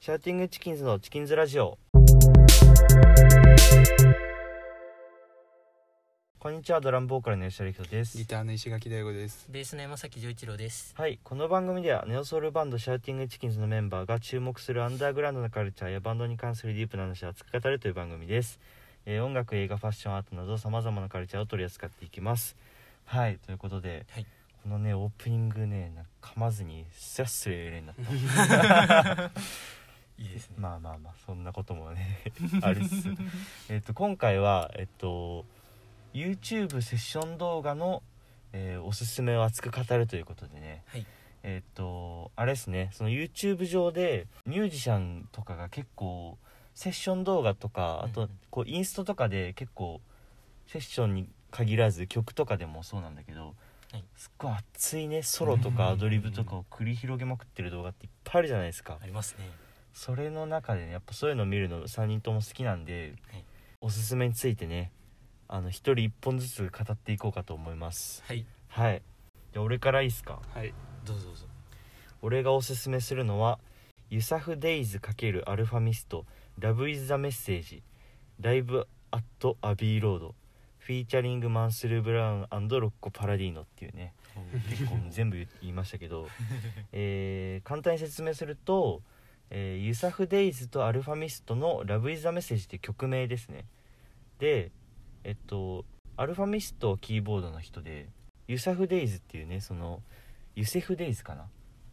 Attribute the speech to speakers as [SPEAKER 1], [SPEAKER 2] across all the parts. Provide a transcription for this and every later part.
[SPEAKER 1] シャウティングチキンズのチキンズラジオこんにちはドラムボーカルの吉田力人です
[SPEAKER 2] ギターの石垣大吾です。
[SPEAKER 3] ベースの山崎丈一郎です。
[SPEAKER 1] はいこの番組ではネオソウルバンドシャウティングチキンズのメンバーが注目するアンダーグラウンドのカルチャーやバンドに関するディープな話を熱く語るという番組です、えー音楽映画ファッションアートなどさまざまなカルチャーを取り扱っていきますはいということで、
[SPEAKER 3] はい
[SPEAKER 1] このねオープニングねなんか噛まずにスラスラ言えるようになった
[SPEAKER 3] いいですね。
[SPEAKER 1] まあまあまあそんなこともね ありつつえっと今回はえっと YouTube セッション動画の、えーおすすめを熱く語るということでね
[SPEAKER 3] はい。
[SPEAKER 1] えっとあれですねその YouTube 上でミュージシャンとかが結構セッション動画とかあ
[SPEAKER 3] うん
[SPEAKER 1] と
[SPEAKER 3] うん
[SPEAKER 1] こうインストとかで結構セッションに限らず曲とかでもそうなんだけど、
[SPEAKER 3] はい
[SPEAKER 1] すっごい熱いねソロとか
[SPEAKER 2] うん
[SPEAKER 1] アドリブとかを繰り広げまくってる動画っていっぱいあるじゃないですか
[SPEAKER 3] あ。りますね。
[SPEAKER 1] それの中でねやっぱそういうの見るの3人とも好きなんで、
[SPEAKER 3] はい
[SPEAKER 1] おすすめについてねあの1人1本ずつ語っていこうかと思います
[SPEAKER 3] はい。
[SPEAKER 1] はいじゃあ俺からいいっすか
[SPEAKER 2] はい。
[SPEAKER 3] どうぞどうぞ。
[SPEAKER 1] 俺がおすすめするのは「ユサフデイズ×アルファミスト Love is the Message ライブアットアビーロード」フィーチャリングマンスルー・ブラウンロッコ・パラディーノっていうね結構全部言言いましたけど、えー簡単に説明すると、えーユサフデイズとアルファミストの「ラブイズザメッセージっていう曲名ですねでえっとアルファミストキーボードの人でユサフデイズっていうねそのユセフデイズかな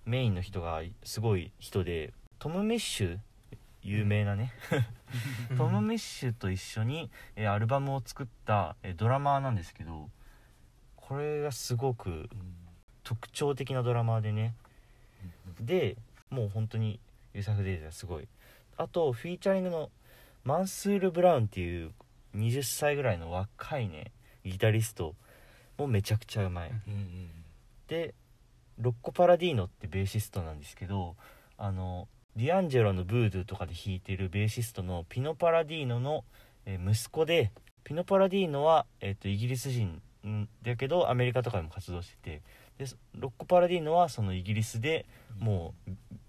[SPEAKER 1] メインの人がすごい人でトム・ミッシュ有名なね、 トム・ミッシュと一緒に、えーアルバムを作った、えードラマーなんですけどこれがすごく特徴的なドラマーでねでもう本当にユーサフ・デイズがすごいあとフィーチャリングのマンスール・ブラウンっていう20歳ぐらいの若いねギタリストもめちゃくちゃうまい
[SPEAKER 3] うんうん。
[SPEAKER 1] でロッコ・パラディーノってベーシストなんですけどあのディアンジェロのブードゥとかで弾いてるベーシストのピノ・パラディーノのえー息子でピノ・パラディーノは、えー、とイギリス人んだけどアメリカとかでも活動しててでそロッコ・パラディーノはそのイギリスでも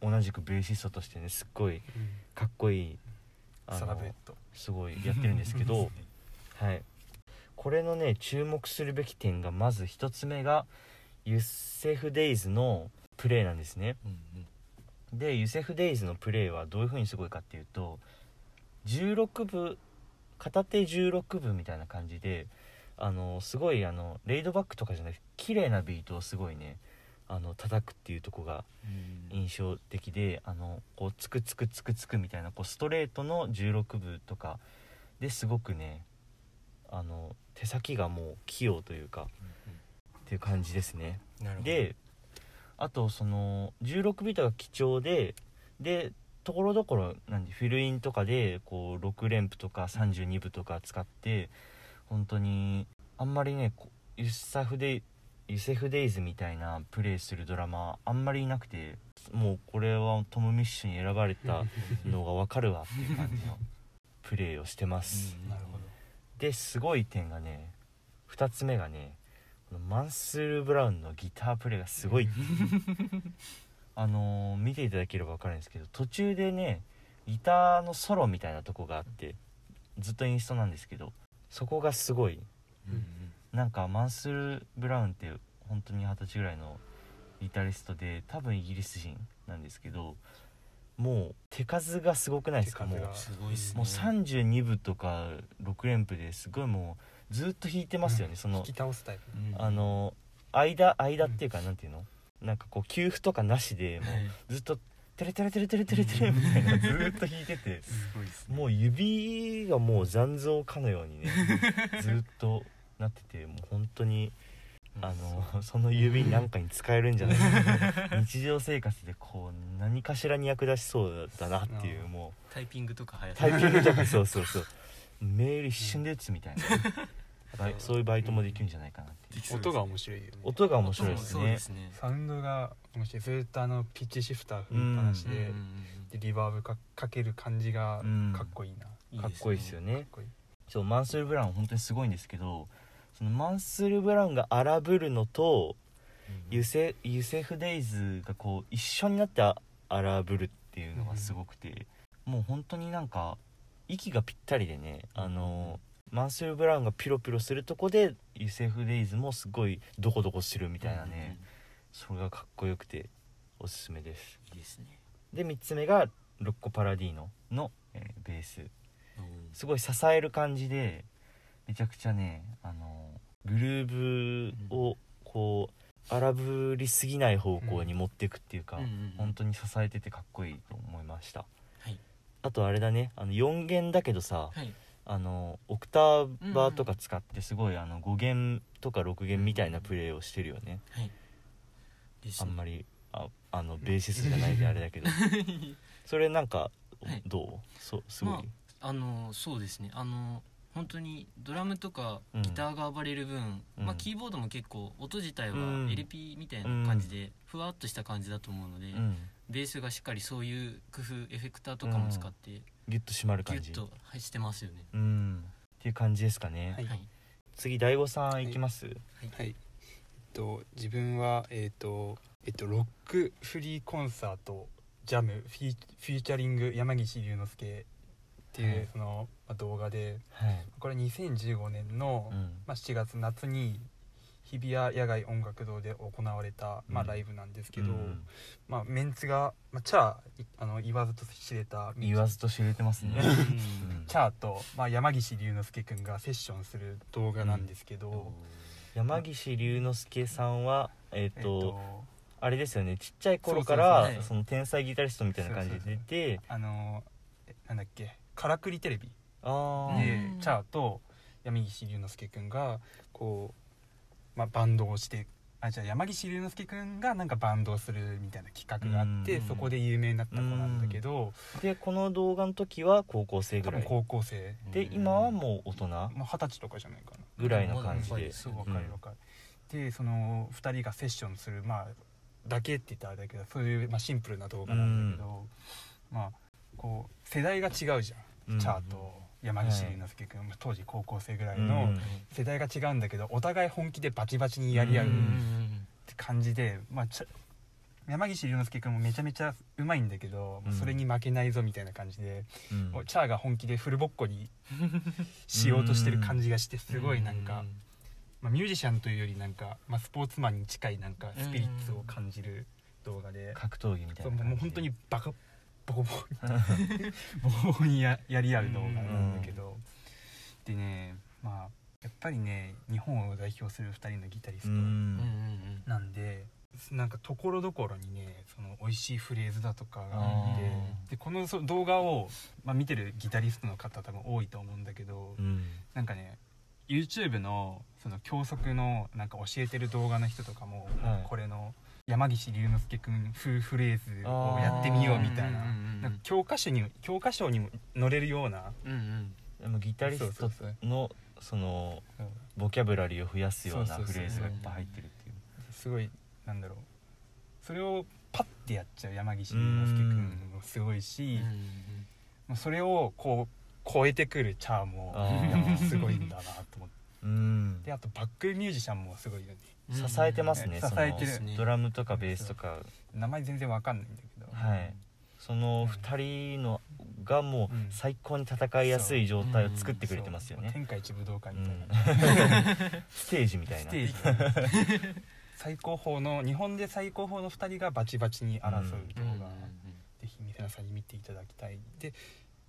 [SPEAKER 1] う同じくベーシストとしてねすっごいかっこいいあの
[SPEAKER 2] サラブレッド。
[SPEAKER 1] すごいやってるんですけどはいこれのね注目するべき点がまず一つ目がユセフ・デイズのプレーなんですね
[SPEAKER 3] うんうん。
[SPEAKER 1] でユセフ・デイズのプレーはどういう風にすごいかっていうと16部片手16部みたいな感じであのすごいあのレイドバックとかじゃなくて綺麗なビートをすごいねあの叩くっていうとこが
[SPEAKER 3] うん
[SPEAKER 1] 印象的であのこうつくつくつくつくみたいなこうストレートの16部とかですごくねあの手先がもう器用というかっていう感じですね。
[SPEAKER 3] なるほど。
[SPEAKER 1] であとその16ビートが貴重ででところどころなんでフィルインとかでこう6連符とか32部とか使って本当にあんまりねこユサフデイユセフ・デイズみたいなプレイするドラマあんまりいなくてもうこれはトム・ミッシュに選ばれたのが分かるわっていう感じのプレイをしてます。
[SPEAKER 3] うん
[SPEAKER 2] なるほど。
[SPEAKER 1] ですごい点がね2つ目がねこのマンスール・ブラウンのギタープレイがすごいあのー見ていただければ分かるんですけど途中でねギターのソロみたいなとこがあってずっとインストなんですけどそこがすごい
[SPEAKER 3] うんうん。
[SPEAKER 1] なんかマンスール・ブラウンって本当に二十歳ぐらいのギタリストで多分イギリス人なんですけどもう手数がすごくないですか
[SPEAKER 2] 手
[SPEAKER 1] もう
[SPEAKER 2] 数が
[SPEAKER 3] すごいっすね。
[SPEAKER 1] もう32部とか6連符ですごいもうずっと弾いてますよね、そ
[SPEAKER 2] 引
[SPEAKER 1] の
[SPEAKER 2] き倒すタイプ。
[SPEAKER 3] うん
[SPEAKER 1] あ。の間間っていうかなんていうの、なんかこう給付とかなしでも
[SPEAKER 3] はいう
[SPEAKER 1] ずっとテレテレテレテレテレテレみたいなずっと弾いてて
[SPEAKER 3] すごいっすね。
[SPEAKER 1] もう指がもう残像かのようにね ずっとなっててもう本当にあのその指なんかに使えるんじゃないかな日常生活でこう何かしらに役立ちそうだなっていうもう
[SPEAKER 3] タイピングとか流行
[SPEAKER 1] タイ
[SPEAKER 3] って
[SPEAKER 1] ピングとかそうそうそうメール一瞬で打つみ たいな、
[SPEAKER 2] うん
[SPEAKER 1] そういうバイトもできるんじゃないかなっていう
[SPEAKER 3] る。
[SPEAKER 2] 音が面白いよね。
[SPEAKER 1] 音が面
[SPEAKER 3] 面
[SPEAKER 1] 白い
[SPEAKER 3] 白い
[SPEAKER 1] で
[SPEAKER 3] ですすね。
[SPEAKER 1] ね
[SPEAKER 3] そうですね。
[SPEAKER 2] サウンドが面白い。ずっとあのピッチシフター振りっぱなし
[SPEAKER 3] うんうん
[SPEAKER 2] で
[SPEAKER 3] うん、
[SPEAKER 2] でリバーブかかける感じが
[SPEAKER 1] うん
[SPEAKER 2] かっこいいな。
[SPEAKER 3] うん
[SPEAKER 1] かっこいいですよね
[SPEAKER 2] かっこいい。
[SPEAKER 1] そうマンスール・ブラウン本当にすごいんですけどそのマンスール・ブラウンが荒ぶるのと
[SPEAKER 3] うん
[SPEAKER 1] ユセユセフ・デイズがこう一緒になってあ荒ぶるっっていうのがすごくて、もう本当になんか息がぴったりでねあのマンスル・ブラウンがピロピロするとこでユセフ・デイズもすごいどこどこするみたいなね、それがかっこよくておすすめです
[SPEAKER 3] うん、いいですね
[SPEAKER 1] で3つ目がロッコ・パラディーノの、えーベース
[SPEAKER 3] うん
[SPEAKER 1] すごい支える感じでめちゃくちゃねあのグルーブをこう荒ぶりすぎない方向に持っていくっていうか、
[SPEAKER 3] うんうんうん
[SPEAKER 1] 本当に支えててかっこいいと思いました
[SPEAKER 3] はい
[SPEAKER 1] あとあれだねあの4弦だけどさ
[SPEAKER 3] はい
[SPEAKER 1] あのオクターバーとか使ってすごいあの5弦とか6弦みたいなプレーをしてるよね
[SPEAKER 3] はいです
[SPEAKER 1] あ
[SPEAKER 3] ね
[SPEAKER 1] んまりああのベーシストじゃないであれ だけどそれなんか
[SPEAKER 3] はい
[SPEAKER 1] どう、そうすごい、
[SPEAKER 3] まあのそうですねあの本当にドラムとか
[SPEAKER 1] うん
[SPEAKER 3] ギターが暴れる分、
[SPEAKER 1] うん
[SPEAKER 3] まあ、キーボードも結構音自体は
[SPEAKER 1] うん
[SPEAKER 3] LP みたいな感じでふわっとした感じだと思うので、
[SPEAKER 1] うん、
[SPEAKER 3] ベースがしっかりそういう工夫エフェクターとかも使ってギ
[SPEAKER 1] ギュッと締まる
[SPEAKER 3] ュ
[SPEAKER 1] 感じ
[SPEAKER 3] ッとはいしてますよね。
[SPEAKER 1] うんっていう感じですかね、
[SPEAKER 2] はい
[SPEAKER 3] はい
[SPEAKER 1] 次大悟さんいきます、
[SPEAKER 2] はいえっと自分はえっ、とえっ、とロックフリーコンサートジャムフィーフィーチャリング山岸龍之介っていう、
[SPEAKER 1] はい
[SPEAKER 2] その、まあ、動画で
[SPEAKER 1] はい
[SPEAKER 2] これ2015年の、
[SPEAKER 1] うん
[SPEAKER 2] まあ、7月夏に日比谷野外音楽堂で行われた、まあ、
[SPEAKER 1] うん
[SPEAKER 2] ライブなんですけど、
[SPEAKER 1] うん
[SPEAKER 2] まあ、メンツが、まあ、チャーいあの言わずと知れた
[SPEAKER 1] 言わずと知れてますね、
[SPEAKER 2] う
[SPEAKER 1] うん
[SPEAKER 2] チャーと、まあ、山岸龍之介くんがセッションする動画なんですけど、
[SPEAKER 1] 山岸龍之介さんはえっ、
[SPEAKER 2] えっ
[SPEAKER 1] と、
[SPEAKER 2] と
[SPEAKER 1] あれですよねちっちゃい頃か
[SPEAKER 2] そう
[SPEAKER 1] ら
[SPEAKER 3] そうそうはい
[SPEAKER 1] その天才ギタリストみたいな感じで出て
[SPEAKER 2] あのえなんだっけからくりテレビ
[SPEAKER 1] ああ、
[SPEAKER 3] ね
[SPEAKER 2] で
[SPEAKER 3] うん
[SPEAKER 2] チャーと山岸龍之介くんがこう、まあ、バンドをしてあじゃあ山岸龍之介くんがなんかバンドをするみたいな企画があって、
[SPEAKER 1] うん
[SPEAKER 2] そこで有名になった子なんだけど、
[SPEAKER 1] でこの動画の時は高校生
[SPEAKER 2] 多
[SPEAKER 1] ぐら
[SPEAKER 2] 分
[SPEAKER 1] い
[SPEAKER 2] 高校生
[SPEAKER 1] で今はもう大人
[SPEAKER 2] もう二十歳とかじゃないかな
[SPEAKER 1] ぐらいの感じ
[SPEAKER 3] まだ
[SPEAKER 1] で
[SPEAKER 3] 若い
[SPEAKER 2] そうわかるわかる、でその2人がセッションするまあだけって言ったらあれだけどそういう、まあ、シンプルな動画なんだけど、まあこう世代が違うじゃん、
[SPEAKER 1] うん
[SPEAKER 2] チャーと山岸龍之介君、まあ当時高校生ぐらいの、
[SPEAKER 1] うん
[SPEAKER 2] 世代が違うんだけどお互い本気でバチバチにやり合うっ
[SPEAKER 3] うんうん
[SPEAKER 2] て感じで、まあ、ちゃ山岸龍之介君もめちゃめちゃうまいんだけど、
[SPEAKER 1] うん
[SPEAKER 2] それに負けないぞみたいな感じで、
[SPEAKER 1] うん
[SPEAKER 2] もうチャーが本気でフルボッコにしようとしてる感じがして
[SPEAKER 3] うん
[SPEAKER 2] すごいなんか、まあ、ミュージシャンというよりなんか、まあ、スポーツマンに近いなんかスピリッツを感じる動画で、
[SPEAKER 1] 格闘技みたい
[SPEAKER 2] そう
[SPEAKER 1] な感じで
[SPEAKER 2] もう本当にバカボコボコに ボコボコにややり合う動画なんだけど、でねまあやっぱりね日本を代表する2人のギタリス
[SPEAKER 1] う
[SPEAKER 2] ト
[SPEAKER 3] うん
[SPEAKER 1] ん
[SPEAKER 3] うん
[SPEAKER 2] なんで、なんかところどころにねその美味しいフレーズだとかがあって
[SPEAKER 1] あ
[SPEAKER 2] でこのそう動画を、まあ、見てるギタリストの方多分多いと思うんだけど、
[SPEAKER 1] うん
[SPEAKER 2] なんかね YouTube のその教則のなんか教えてる動画の人とかも、
[SPEAKER 1] はい
[SPEAKER 2] これの山岸龍之介くん風フレーズ
[SPEAKER 1] あ
[SPEAKER 2] を
[SPEAKER 1] ー
[SPEAKER 2] やってみようみたいな
[SPEAKER 3] うんうんうんうん
[SPEAKER 2] なんか教科書に教科書にも載れるような
[SPEAKER 3] うんうん
[SPEAKER 1] でもギタリスト
[SPEAKER 2] そうそう
[SPEAKER 1] のその
[SPEAKER 2] そう
[SPEAKER 1] ボキャブラリーを増やすような
[SPEAKER 2] そうそう
[SPEAKER 1] フ
[SPEAKER 2] そう
[SPEAKER 1] レーズがいっぱい入ってるっていう
[SPEAKER 2] すごいなんだろうそれをパッてやっちゃう山岸龍之介くんもすごいし、
[SPEAKER 3] うんうん
[SPEAKER 2] まあそれをこう超えてくるチャーも
[SPEAKER 1] あー
[SPEAKER 2] やっぱすごいんだなと思って
[SPEAKER 1] うん
[SPEAKER 2] であとバックミュージシャンもすごいよね
[SPEAKER 3] うん
[SPEAKER 1] 支えてますね
[SPEAKER 2] 支
[SPEAKER 1] そ
[SPEAKER 2] えて
[SPEAKER 1] の
[SPEAKER 2] る
[SPEAKER 3] ね
[SPEAKER 1] ドラムとかベースとか
[SPEAKER 2] 名前全然わかんないんだけど、
[SPEAKER 1] はいその2人のがもう
[SPEAKER 2] うん
[SPEAKER 1] 最高に戦いやすい状態を作ってくれてますよ
[SPEAKER 2] そう
[SPEAKER 1] ね
[SPEAKER 2] 天下一武道会
[SPEAKER 1] う
[SPEAKER 2] みたい
[SPEAKER 1] ん
[SPEAKER 2] な、
[SPEAKER 1] ステージみたい
[SPEAKER 2] ス
[SPEAKER 1] な
[SPEAKER 2] テージ最高峰の日本で最高峰の2人がバチバチに争う動
[SPEAKER 3] うんうんうん
[SPEAKER 2] 画、ぜひ皆さんに見ていただきたいで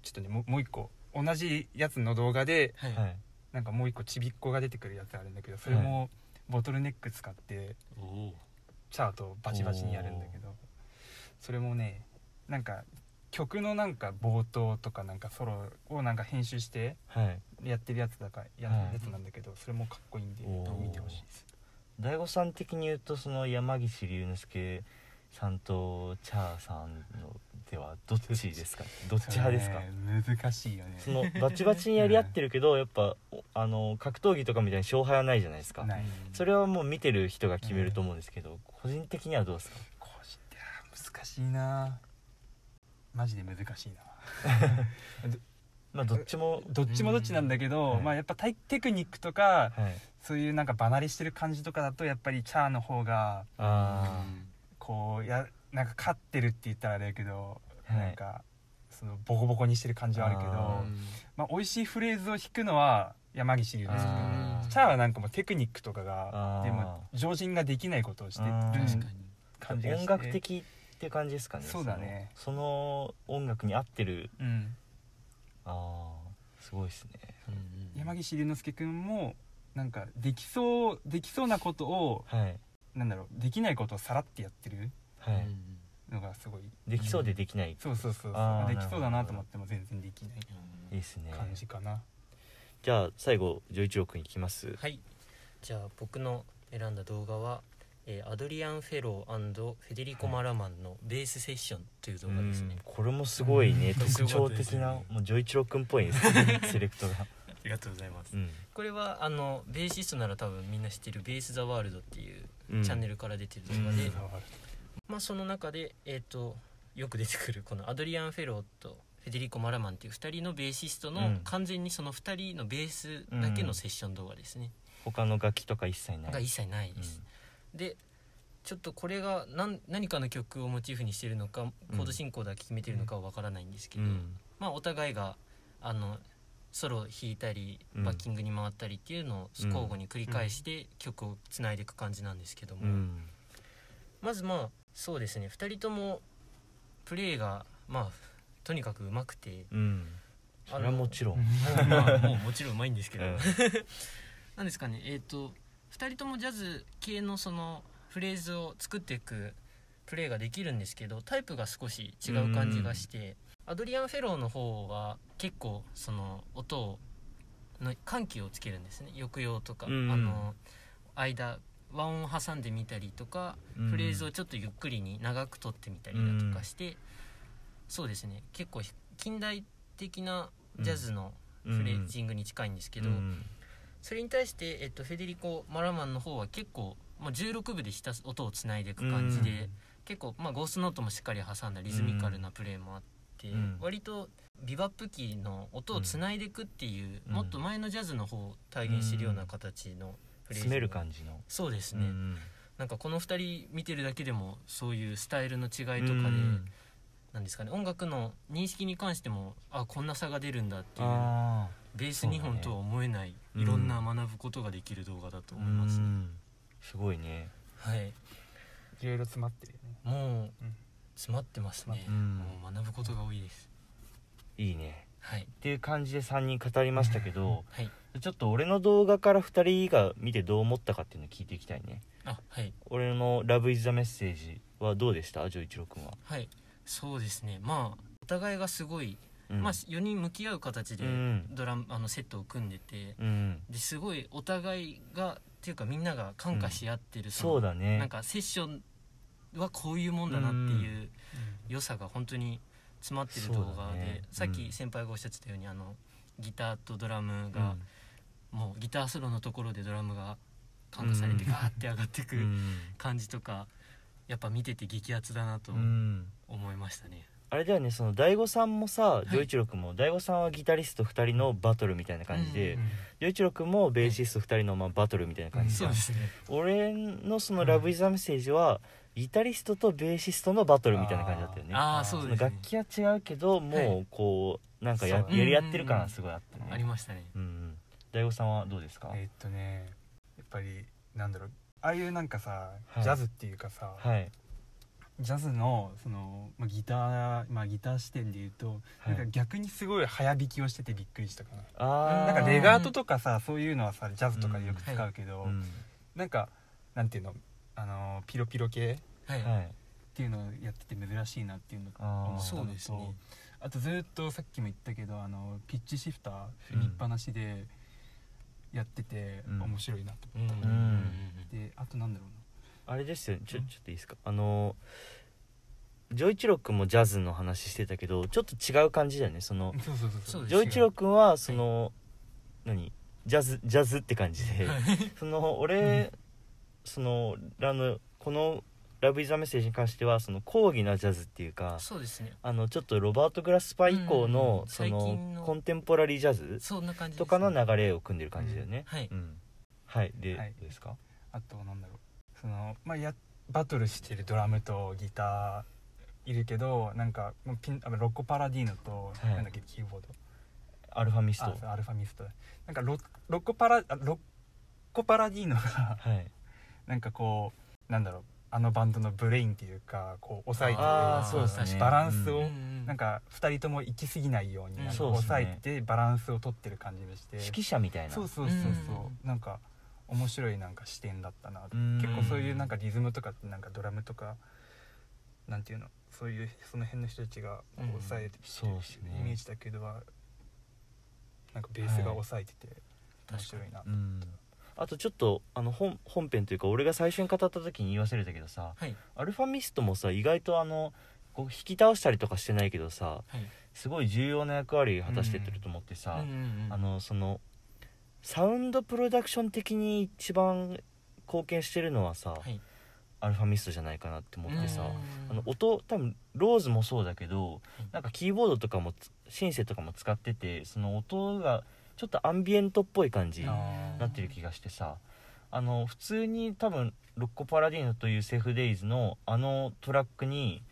[SPEAKER 2] ちょっとねももう一個同じやつの動画で
[SPEAKER 3] はい
[SPEAKER 1] はい
[SPEAKER 2] なんかもう一個ちびっこが出てくるやつあるんだけどそれもボトルネック使って
[SPEAKER 3] おお
[SPEAKER 2] チャートをバチバチにやるんだけどそれもねなんか曲のなんか冒頭とかなんかソロをなんか編集して
[SPEAKER 1] はい
[SPEAKER 2] やってるやつだからや
[SPEAKER 1] はい
[SPEAKER 2] やつなんだけど、それもかっこいいんで
[SPEAKER 1] おー
[SPEAKER 2] 見てほしいです
[SPEAKER 1] 大悟さん的に言うとその山岸龍之介さんとチャーさんのではどっちですかどっち派ですか
[SPEAKER 2] ね難しいよね
[SPEAKER 1] そのバチバチにやり合ってるけどやっぱおあの格闘技とかみたいに勝敗はないじゃないですか
[SPEAKER 2] ない
[SPEAKER 1] それはもう見てる人が決めると思うんですけど、個人的にはどうですか
[SPEAKER 2] こうしてあー難しいなマジで難しいな
[SPEAKER 1] まあどっちも、
[SPEAKER 2] どっちもどっちなんだけど、
[SPEAKER 1] うん
[SPEAKER 2] まあやっぱテテクニックとか
[SPEAKER 1] はい、
[SPEAKER 2] そういうなんか離れしてる感じとかだとやっぱりチャーの方が
[SPEAKER 1] あ
[SPEAKER 2] こうやなんか勝ってるって言ったらあれやけど、
[SPEAKER 1] あはい
[SPEAKER 2] なんかそのボコボコにしてる感じはあるけど
[SPEAKER 1] あー
[SPEAKER 2] まあ、美味しいフレーズを弾くのは山岸流ですけど
[SPEAKER 1] あー
[SPEAKER 2] チャーはなんかもうテクニックとか
[SPEAKER 1] あ
[SPEAKER 2] が
[SPEAKER 1] ー
[SPEAKER 2] でも常人ができないことをしてる
[SPEAKER 1] うん
[SPEAKER 3] 確
[SPEAKER 1] 確
[SPEAKER 3] かに
[SPEAKER 2] 感じがして
[SPEAKER 1] 音楽、的って感じですかね
[SPEAKER 2] そうだね
[SPEAKER 1] そのその音楽に合ってる
[SPEAKER 2] うん、
[SPEAKER 1] ああすごいですね
[SPEAKER 2] 山岸龍之介君もなんかできそうできそうなことを
[SPEAKER 1] はい
[SPEAKER 2] なんだろうできないことをさらってやってる
[SPEAKER 1] はい、
[SPEAKER 2] のがすごい
[SPEAKER 1] できそうでできない、
[SPEAKER 2] そうそうそうそ
[SPEAKER 1] あ
[SPEAKER 2] う
[SPEAKER 1] ー
[SPEAKER 2] できそうだなと思っても全然できない
[SPEAKER 1] いいですね
[SPEAKER 2] 感じかな
[SPEAKER 1] じゃあ最後ジョイチロ君いきます
[SPEAKER 4] はいじゃあ僕の選んだ動画は、えーアドリアン・フェローフェデリコ・マラマンのベースセッションという動画ですね、
[SPEAKER 1] うんこれもすごい
[SPEAKER 3] う
[SPEAKER 1] ね
[SPEAKER 3] ん
[SPEAKER 1] 特徴的な
[SPEAKER 3] すごかったですね
[SPEAKER 1] もうジョイチロ君っぽいですね セレクトが、
[SPEAKER 3] ありがとうございます
[SPEAKER 1] うん
[SPEAKER 4] これはあのベーシストなら多分みんな知ってる「ベース・ザ・ワールド」っていう
[SPEAKER 1] うん
[SPEAKER 4] チャンネルから出てる動画
[SPEAKER 1] うん
[SPEAKER 4] で、
[SPEAKER 1] うん
[SPEAKER 4] まあ、その中で、えー、とよく出てくるこのアドリアン・フェローとフェデリコ・マラマンっていう2人のベーシストの、
[SPEAKER 1] うん
[SPEAKER 4] 完全にその2人のベースだけのセッション動画ですね、
[SPEAKER 1] 他の楽器とか一切ない
[SPEAKER 4] が一切ないです、でちょっとこれが何何かの曲をモチーフにしてるのか
[SPEAKER 1] うん
[SPEAKER 4] コード進行だけ決めてるのかはわからないんですけ
[SPEAKER 1] う
[SPEAKER 4] ど、
[SPEAKER 1] ん
[SPEAKER 4] まあお互いがあのソロを弾いたり
[SPEAKER 1] うん
[SPEAKER 4] バッキングに回ったりっていうのを
[SPEAKER 1] うん
[SPEAKER 4] 交互に繰り返して曲をつないでいく感じなんですけども、
[SPEAKER 1] うんうん
[SPEAKER 4] まずまあそうですね2人ともプレーがまあとにかくうまくて
[SPEAKER 1] うんそれはもちろん、
[SPEAKER 4] まあもうもちろんうまいんですけど、
[SPEAKER 1] うん
[SPEAKER 4] なんですかねえっ、と2人ともジャズ系のそのフレーズを作っていくプレーができるんですけどタイプが少し違う感じがしてアドリアン・フェローの方は結構その音をの緩急をつけるんですね抑揚とか、
[SPEAKER 1] うん
[SPEAKER 4] あの間和音を挟んでみたりとか、フレーズをちょっとゆっくりに長く取ってみたりだとかして、そうですね結構ひ近代的なジャズのフレージングに近いんですけど、
[SPEAKER 1] うん
[SPEAKER 4] それに対して、えっと、フェデリコ・マラマンの方は結構、まあ、16部でひたす音をつないでいく感じで、
[SPEAKER 1] うん
[SPEAKER 4] 結構、まあ、ゴーストノートもしっかり挟んだリズミカルなプレーもあって、
[SPEAKER 1] うん
[SPEAKER 4] 割とビバップキーの音をつないでいくっていう、
[SPEAKER 1] うん
[SPEAKER 4] もっと前のジャズの方を体現しているような形のフレーズ
[SPEAKER 1] 詰める感じの
[SPEAKER 4] そうです
[SPEAKER 1] う
[SPEAKER 4] ね、
[SPEAKER 1] ん
[SPEAKER 4] なんかこの2人見てるだけでもそういうスタイルの違いとかで、
[SPEAKER 1] うん
[SPEAKER 4] なんですかね音楽の認識に関してもあこんな差が出るんだっていう
[SPEAKER 1] あ
[SPEAKER 4] ベース2本とは思えない、いろんな学ぶことができる動画だ
[SPEAKER 1] あ
[SPEAKER 4] と思いますね、
[SPEAKER 1] すごいね
[SPEAKER 4] はい
[SPEAKER 2] いろいろ詰まってるよね
[SPEAKER 4] もう
[SPEAKER 2] うん
[SPEAKER 4] 詰まってますね、
[SPEAKER 1] うん
[SPEAKER 4] もう学ぶことが多いです
[SPEAKER 1] いいね
[SPEAKER 4] はい
[SPEAKER 1] っていう感じで3人語りましたけど
[SPEAKER 4] はい
[SPEAKER 1] ちょっと俺の動画から2人が見てどう思ったかっていうのを聞いていきたいね
[SPEAKER 4] あはい
[SPEAKER 1] 俺の「ラブイズザメッセージはどうでしたジョイチロ君は、
[SPEAKER 4] はいそうですねまあお互いがすごい、
[SPEAKER 1] うん
[SPEAKER 4] まあ4人向き合う形で
[SPEAKER 1] うん
[SPEAKER 4] ドラム、あのセットを組んでて
[SPEAKER 1] うん
[SPEAKER 4] ですごいお互いがっていうかみんなが感化し合ってる、の
[SPEAKER 1] そうだね
[SPEAKER 4] なんかセッションはこういうもんだなっていう良さが本当に詰まってる動
[SPEAKER 1] そう
[SPEAKER 4] 画
[SPEAKER 1] だ
[SPEAKER 4] で、
[SPEAKER 1] ね
[SPEAKER 4] さっ
[SPEAKER 1] う
[SPEAKER 4] き
[SPEAKER 1] ん
[SPEAKER 4] 先輩がおっしゃってたようにあのギターとドラム
[SPEAKER 1] う
[SPEAKER 4] が
[SPEAKER 1] ん、
[SPEAKER 4] もうギターソロのところでドラムが感化されて
[SPEAKER 1] うん
[SPEAKER 4] ガーって上がってく
[SPEAKER 1] うん
[SPEAKER 4] 感じとか、やっぱ見てて激アツだなと
[SPEAKER 1] うん
[SPEAKER 4] 思いましたね。
[SPEAKER 1] あれだよねその大悟さんもさ
[SPEAKER 4] い
[SPEAKER 1] 丈一郎君も大悟さんはギタリスト2人のバトルみたいな感じ
[SPEAKER 4] う
[SPEAKER 1] で
[SPEAKER 2] うん
[SPEAKER 1] 丈一郎君もベーシスト2人のまあバトルみたいな感じじ
[SPEAKER 4] そう
[SPEAKER 1] ゃん
[SPEAKER 4] ですね。
[SPEAKER 1] 俺のその「ラブ・イズ・ア・メッセージは」ギタリストとベーシストのバトルみたいな感じだったよね
[SPEAKER 4] ああ、
[SPEAKER 2] そ
[SPEAKER 4] そうう
[SPEAKER 1] そ
[SPEAKER 4] で
[SPEAKER 1] の
[SPEAKER 4] すね
[SPEAKER 1] 楽。器は違うけどもうこうなんかや,、
[SPEAKER 2] そう
[SPEAKER 1] やり合ってる感がすごいあったね
[SPEAKER 4] ありましたね。
[SPEAKER 1] うんうん大悟さんはどうですか、
[SPEAKER 2] えーっとねやっぱりなんだろうああいうなんかさ、
[SPEAKER 1] はい
[SPEAKER 2] ジャズっていうかさ、
[SPEAKER 1] はい
[SPEAKER 2] ジャズのその、まあ、ギター、まあ、ギター視点で言うと、
[SPEAKER 1] はい
[SPEAKER 2] なんか逆にすごい早弾きをしててびっくりしたかな
[SPEAKER 1] あ
[SPEAKER 2] なん
[SPEAKER 1] ー
[SPEAKER 2] かレガートとかさそういうのはさジャズとかでよく使うけど、
[SPEAKER 1] うん
[SPEAKER 2] なんかなんていうのあのピロピロ系っ
[SPEAKER 4] はい。
[SPEAKER 1] はい
[SPEAKER 2] ていうのをやってて珍しいなっていうのが
[SPEAKER 1] あー
[SPEAKER 2] 思ったの
[SPEAKER 4] そう
[SPEAKER 2] と
[SPEAKER 4] ですね。
[SPEAKER 2] あとずっとさっきも言ったけどあのピッチシフター
[SPEAKER 1] うん
[SPEAKER 2] 振りっぱなしでやってて、
[SPEAKER 1] うん
[SPEAKER 2] 面白いなと
[SPEAKER 4] うん
[SPEAKER 2] 思った、
[SPEAKER 1] ん
[SPEAKER 2] であとなんだろうな
[SPEAKER 1] あれですよねちょ
[SPEAKER 2] う
[SPEAKER 1] ちょ
[SPEAKER 2] ん
[SPEAKER 1] っといいですかあの丈一郎君もジャズの話してたけどちょっと違う感じだよねその
[SPEAKER 2] そうそうそう
[SPEAKER 4] そうです
[SPEAKER 1] 丈一郎君はその、何ジャズジャズって感じで その俺、そのあのこの「ラブ・イズ・ア・メッセージ」に関してはその講義なジャズっていうか
[SPEAKER 4] そうですね。
[SPEAKER 1] あのちょっとロバート・グラスパー以降
[SPEAKER 4] うんうん
[SPEAKER 1] の,、
[SPEAKER 4] うん
[SPEAKER 1] そ
[SPEAKER 4] 最
[SPEAKER 1] の
[SPEAKER 4] 近の
[SPEAKER 1] コンテンポラリージャズ
[SPEAKER 4] そんな感じです
[SPEAKER 1] と
[SPEAKER 4] ね。
[SPEAKER 1] かの流れを組んでる感じだよね。
[SPEAKER 4] はい。
[SPEAKER 1] うんはい、で、
[SPEAKER 2] はい
[SPEAKER 1] どうですか、
[SPEAKER 2] あとなんだろうその、まあ、やバトルしてるドラムとギターいるけどなんかもうピンあのロッコ・パラディーノと、
[SPEAKER 1] はい
[SPEAKER 2] なんだっけキーボード
[SPEAKER 1] アルファミス
[SPEAKER 2] あ
[SPEAKER 1] ト
[SPEAKER 2] そうアルファミストなんかロロッコパラあロッコパラディーノが
[SPEAKER 1] はい
[SPEAKER 2] なんかこうなんだろうあのバンドのブレインっていうかこう抑えて
[SPEAKER 1] あ
[SPEAKER 4] ーそうですね
[SPEAKER 2] バランスを、
[SPEAKER 1] うん
[SPEAKER 2] なんか2人とも行き過ぎないように
[SPEAKER 4] う
[SPEAKER 2] な
[SPEAKER 4] ん
[SPEAKER 2] んか
[SPEAKER 1] そうですね
[SPEAKER 2] 抑えてバランスを取ってる感じがして、
[SPEAKER 1] 指揮者みたいな
[SPEAKER 2] そうそうそうそう、
[SPEAKER 4] う
[SPEAKER 2] なんか面白いなんか視点だったな、
[SPEAKER 1] うん
[SPEAKER 2] 結構そういうなんかリズムとかってなんかドラムとかなんていうのそういうその辺の人たちがこう
[SPEAKER 4] うん
[SPEAKER 2] 抑えて
[SPEAKER 1] そうですね
[SPEAKER 2] イメージだけどはなんかベースが抑えてて面白いな、
[SPEAKER 1] うんあとちょっとあの本本編というか俺が最初に語った時に言わせるんだけどさ
[SPEAKER 4] はい
[SPEAKER 1] アルファミストもさ意外とあのこう引き倒したりとかしてないけどさ
[SPEAKER 4] はい
[SPEAKER 1] すごい重要な役割果たしてってると思ってさ、
[SPEAKER 4] うんうんうん
[SPEAKER 1] あのそのサウンドプロダクション的に一番貢献してるのはさ、
[SPEAKER 4] はい
[SPEAKER 1] アルファミストじゃないかなって思ってさ、
[SPEAKER 4] うん
[SPEAKER 1] あの音多分ローズもそうだけど、
[SPEAKER 4] うん
[SPEAKER 1] なんかキーボードとかもつシンセとかも使っててその音がちょっとアンビエントっぽい感じに
[SPEAKER 4] あ
[SPEAKER 1] なってる気がしてさあの普通に多分「ロッコパラディーノ」というセーフデイズのあのトラックに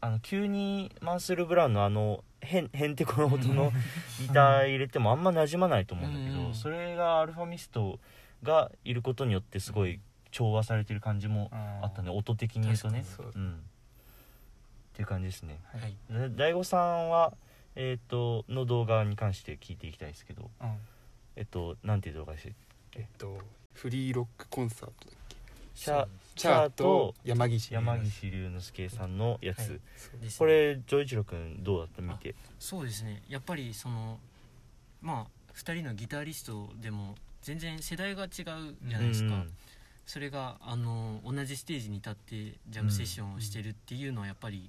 [SPEAKER 1] あの急にマンスル・ブラウンのあのへんへんてこの音のギター入れてもあんま馴染まないと思うんだけ
[SPEAKER 4] う
[SPEAKER 1] ど
[SPEAKER 4] ん
[SPEAKER 1] それがアルファミストがいることによってすごい調和されてる感じもあったね音的に言うとね
[SPEAKER 2] 確かにそう
[SPEAKER 1] うんっていう感じですね
[SPEAKER 2] うん
[SPEAKER 4] はい
[SPEAKER 1] だ大悟さんはえっ、との動画に関して聞いていきたいですけど
[SPEAKER 2] うん
[SPEAKER 1] えっとなんていう動画でしたっけ
[SPEAKER 5] えっとフリーロックコンサートだっけ
[SPEAKER 1] シャ
[SPEAKER 5] チャーと山岸
[SPEAKER 1] 山岸龍之介さんのやつ、
[SPEAKER 4] はい
[SPEAKER 5] そう
[SPEAKER 4] ですね
[SPEAKER 1] これ丈一郎君どうだった見て
[SPEAKER 4] そうですねやっぱりそのまあ2人のギタリストでも全然世代が違うじゃないですか、
[SPEAKER 1] うん
[SPEAKER 4] それがあの同じステージに立ってジャムセッションをしてるっていうのはやっぱり、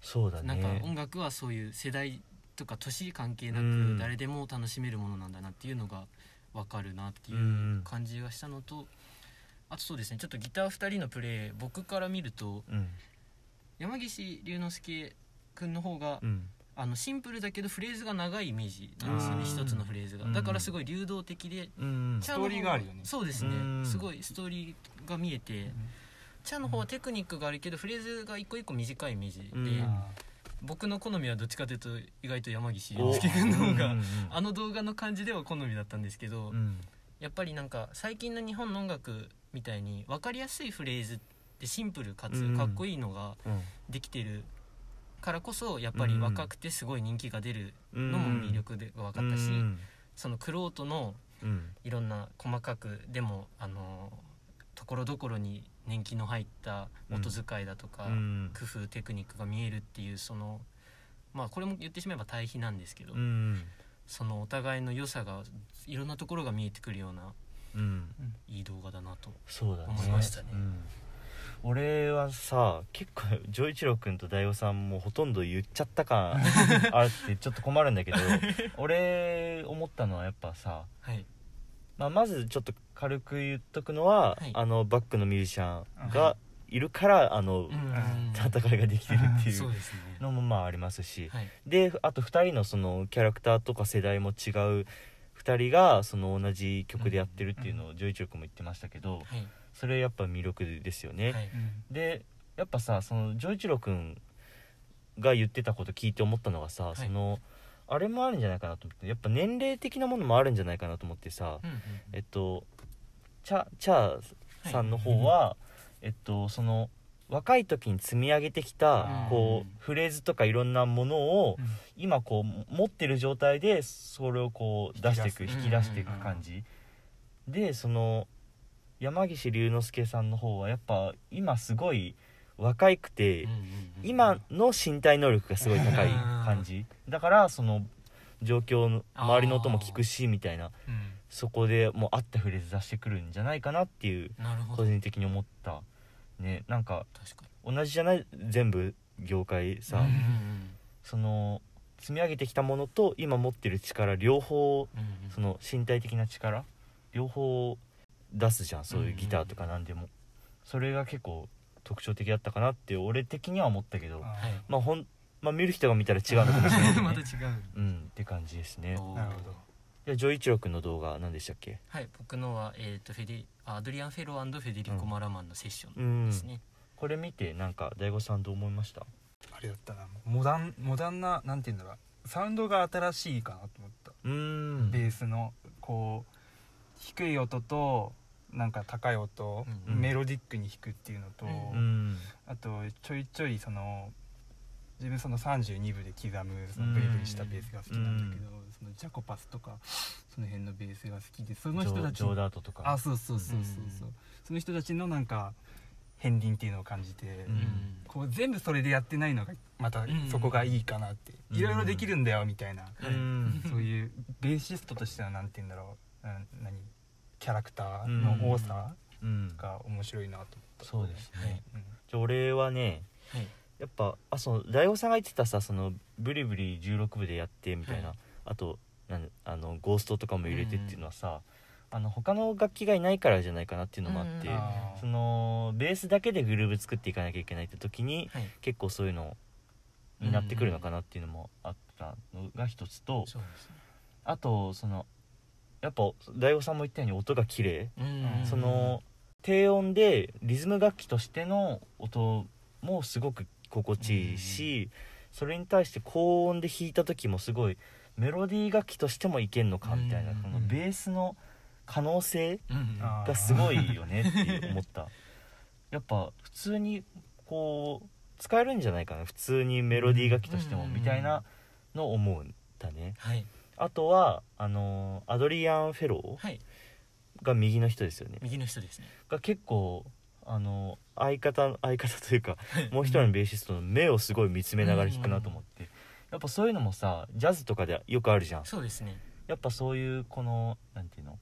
[SPEAKER 1] そうだね
[SPEAKER 4] なんか音楽はそういう世代とか年関係な
[SPEAKER 1] うん
[SPEAKER 4] く誰でも楽しめるものなんだなっていうのが分かるなってい
[SPEAKER 1] うん
[SPEAKER 4] う感じがしたのとあとそうですねちょっとギター2人のプレイ僕から見ると
[SPEAKER 1] うん
[SPEAKER 4] 山岸龍之介君の方が
[SPEAKER 1] うん
[SPEAKER 4] あのシンプルだけどフレーズが長いイメージなんですよね
[SPEAKER 1] うん
[SPEAKER 4] 一つのフレーズ
[SPEAKER 1] う
[SPEAKER 4] が
[SPEAKER 1] ん
[SPEAKER 4] だからすごい流動的で
[SPEAKER 1] うん
[SPEAKER 4] チャの
[SPEAKER 2] ストー
[SPEAKER 4] 方
[SPEAKER 2] リーがあるよね
[SPEAKER 4] そうですね
[SPEAKER 1] うん
[SPEAKER 4] すごいストーリーが見えてチャの方はテクニックがあるけどフレーズが一個一個短いイメージで
[SPEAKER 1] うん
[SPEAKER 4] 僕の好みはどっちかというと意外と山岸洋介君の方
[SPEAKER 1] う
[SPEAKER 4] が
[SPEAKER 1] ん
[SPEAKER 4] あの動画の感じでは好みだったんですけど
[SPEAKER 1] うん
[SPEAKER 4] やっぱりなんか最近の日本の音楽みたいに分かりやすいフレーズってシンプルか
[SPEAKER 1] う
[SPEAKER 4] つ
[SPEAKER 1] ん
[SPEAKER 4] かっこいいのが
[SPEAKER 1] うん
[SPEAKER 4] できてるからこそやっぱり若くてすごい人気が出る
[SPEAKER 1] うん
[SPEAKER 4] のも魅力でが分かったし
[SPEAKER 1] うん
[SPEAKER 4] そのクロートの
[SPEAKER 1] うん
[SPEAKER 4] いろんな細かくでもあのところどころに年季の入った音遣いだとか
[SPEAKER 1] うん
[SPEAKER 4] 工夫テクニックが見えるっていうそのまあこれも言ってしまえば対比なんですけど
[SPEAKER 1] うん
[SPEAKER 4] そのお互いの良さがいろんなところが見えてくるような
[SPEAKER 1] うん
[SPEAKER 4] いい動画だなと
[SPEAKER 1] そうだね
[SPEAKER 4] 思いましたね
[SPEAKER 1] うん俺はさ結構丈一郎君と大悟さんもほとんど言っちゃった感あってちょっと困るんだ けど俺思ったのはやっぱさ
[SPEAKER 4] はい
[SPEAKER 1] まあ、まずちょっと軽く言っとくのは、
[SPEAKER 4] はい
[SPEAKER 1] あのバックのミュージシャンがいるから、あの
[SPEAKER 2] ん
[SPEAKER 1] 戦いができてるってい
[SPEAKER 4] そう
[SPEAKER 1] う
[SPEAKER 4] ですね
[SPEAKER 1] のもまあありますし、
[SPEAKER 4] はい
[SPEAKER 1] であと2人のそのキャラクターとか世代も違う2人がその同じ曲でやってるっていうのをジョイチョ君も言ってましたけど
[SPEAKER 4] はい
[SPEAKER 1] それやっぱ魅力ですよね。
[SPEAKER 4] はい
[SPEAKER 1] でやっぱさその丈一郎君が言ってたこと聞いて思ったのがさ、
[SPEAKER 4] い
[SPEAKER 1] そのあれもあるんじゃないかなと思ってやっぱ年齢的なものもあるんじゃないかなと思ってさ、
[SPEAKER 4] うんうん
[SPEAKER 1] えっとチャチャーさんの方は、えっとその若い時に積み上げてきた
[SPEAKER 2] うん
[SPEAKER 1] こうフレーズとかいろんなものを
[SPEAKER 2] うん
[SPEAKER 1] 今こう持ってる状態でそれをこう出していく
[SPEAKER 2] 引
[SPEAKER 1] 引
[SPEAKER 4] き出
[SPEAKER 1] き出し
[SPEAKER 4] す
[SPEAKER 1] ていく感じでその山岸龍之介さんの方はやっぱ今すごい若くて、
[SPEAKER 4] うんうんうん
[SPEAKER 1] 今の身体能力がすごい高い感じだからその状況の周りの音も聞くしみたいなそこでもう合ったフレーズ出してくるんじゃないかなっていう
[SPEAKER 4] なるほ
[SPEAKER 1] 個
[SPEAKER 4] ど
[SPEAKER 1] 人的に思ったねなんか
[SPEAKER 4] 確かに
[SPEAKER 1] 同じじゃない全部業界さ、
[SPEAKER 2] うん
[SPEAKER 1] その積み上げてきたものと今持ってる力両方
[SPEAKER 4] うんうんうんうん
[SPEAKER 1] その身体的な力両方出すじゃんそういうギターとか何でも、それが結構特徴的だったかなって俺的には思ったけど、
[SPEAKER 2] あ
[SPEAKER 4] はい
[SPEAKER 1] まあほんまあ見る人が見たら違うのかもしれないけど
[SPEAKER 4] また
[SPEAKER 1] ね
[SPEAKER 4] 違う
[SPEAKER 1] うんって感じですね
[SPEAKER 4] おー
[SPEAKER 2] なるほど
[SPEAKER 1] じゃあ丈一郎君の動画何でしたっけ
[SPEAKER 4] はい僕のはえっとフェデリあアドリアン・フェローフェデリコ・マラマンのセッショ
[SPEAKER 1] う
[SPEAKER 4] ン
[SPEAKER 1] ん
[SPEAKER 4] ですね
[SPEAKER 1] これ見てなんか大悟さんどう思いました
[SPEAKER 2] あれだったなモダンモダンななんて言うんだろうサウンドが新しいかなと思った、
[SPEAKER 1] うーん
[SPEAKER 2] ベースのこう低い音となんか高い音、
[SPEAKER 1] うん
[SPEAKER 2] メロディックに弾くっていうのと、
[SPEAKER 4] うん
[SPEAKER 1] うん
[SPEAKER 2] あとちょいちょいその自分その32部で刻むそのブリブリしたベースが好きなんだけど、そのジャコパスとかその辺のベースが好きでその人たち
[SPEAKER 1] ジョジョーダートとか
[SPEAKER 2] あそうそうそうそうそう、その人たちのなんか片鱗っていうのを感じて、
[SPEAKER 1] うん
[SPEAKER 2] こう全部それでやってないのがまた
[SPEAKER 4] ん
[SPEAKER 2] そこがいいかなって、
[SPEAKER 1] うん
[SPEAKER 2] いろいろできるんだよみたいな、
[SPEAKER 1] うん
[SPEAKER 2] そういうベーシストとしてはなんて言うんだろう、うん、何キャラクターの多さ
[SPEAKER 1] うん
[SPEAKER 2] が面白いなと思った、
[SPEAKER 1] そうですね
[SPEAKER 2] うん
[SPEAKER 1] じゃあ俺はね
[SPEAKER 4] はい
[SPEAKER 1] やっぱあその大悟さんが言ってたさそのブリブリ16部でやってみたいな、
[SPEAKER 4] は
[SPEAKER 1] あとなんあのゴーストとかも入れてっていうのはさ、あの他の楽器がいないからじゃないかなっていうのもあって、
[SPEAKER 4] うんうん
[SPEAKER 2] あー
[SPEAKER 1] そのベースだけでグルーヴ作っていかなきゃいけないって時に
[SPEAKER 4] はい
[SPEAKER 1] 結構そういうのになってくるのかなっていうのもあったのが一つと、
[SPEAKER 4] そうですね
[SPEAKER 1] あとそのやっぱ大悟さんも言ったように音が綺麗
[SPEAKER 4] うん
[SPEAKER 1] その低音でリズム楽器としての音もすごく心地いいし、それに対して高音で弾いた時もすごいメロディー楽器としてもいけんのかみたいな、
[SPEAKER 4] うん
[SPEAKER 1] このベースの可能性
[SPEAKER 4] うん
[SPEAKER 2] あー
[SPEAKER 1] がすごいよねって思った やっぱ普通にこう使えるんじゃないかな普通にメロディー楽器としても
[SPEAKER 4] うん
[SPEAKER 1] みたいなのを思うんだね。
[SPEAKER 4] はい
[SPEAKER 1] あとはあのアドリアン・フェロ
[SPEAKER 4] はい
[SPEAKER 1] ーが右の人ですよね。
[SPEAKER 4] 右の人ですね
[SPEAKER 1] が結構あの相方相方というかもう一人のベーシストの目をすごい見つめながら弾くなと思って、やっぱそういうのもさジャズとかでよくあるじゃん
[SPEAKER 4] そうですね
[SPEAKER 1] やっぱそういうこのなんていうの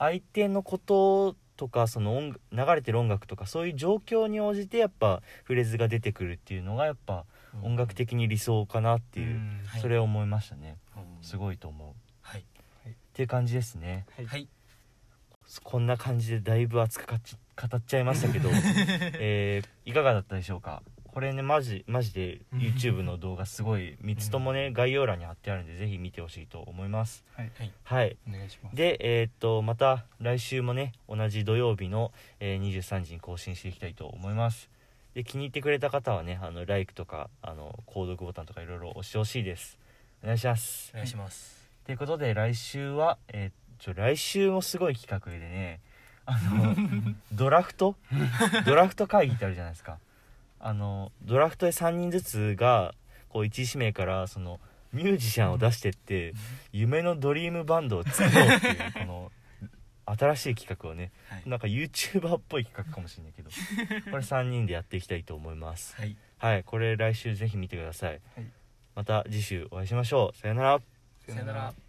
[SPEAKER 1] 相手のこととかその音楽流れてる音楽とかそういう状況に応じてやっぱフレーズが出てくるっていうのがやっぱ音楽的に理想かなっていう、
[SPEAKER 2] ん
[SPEAKER 4] はい
[SPEAKER 1] それを思いましたねす
[SPEAKER 4] い
[SPEAKER 1] ごいと思うっ
[SPEAKER 4] はい
[SPEAKER 1] ていう感じですね
[SPEAKER 2] はい
[SPEAKER 4] はい
[SPEAKER 1] こんな感じでだいぶ熱くかっち語っちゃいましたけど、えーいかがだったでしょうかこれねマジマジで YouTube の動画すごい3つともね概要欄に貼ってあるんでぜひ見てほしいと思います
[SPEAKER 2] はい
[SPEAKER 4] はい
[SPEAKER 1] はい
[SPEAKER 2] お願いします
[SPEAKER 1] でえーっとまた来週もね同じ土曜日の、えー23時に更新していきたいと思いますで気に入ってくれた方はねあの LIKE とかあの購読ボタンとかいろいろ押してほしいですお願いします
[SPEAKER 4] お願いします
[SPEAKER 1] ということで来週はえーちょ来週もすごい企画でねあのドラフトドラフト会議ってあるじゃないですかあのドラフトで3人ずつがこう1位指名からそのミュージシャンを出してって夢のドリームバンドを作ろうっていうこの新しい企画をね
[SPEAKER 4] はい
[SPEAKER 1] なんか YouTuber っぽい企画かもしれないけどこれ3人でやっていきたいと思います
[SPEAKER 4] はい
[SPEAKER 1] はいこれ来週ぜひ見てください
[SPEAKER 2] はい
[SPEAKER 1] また次週お会いしましょうさよなら
[SPEAKER 4] さよなら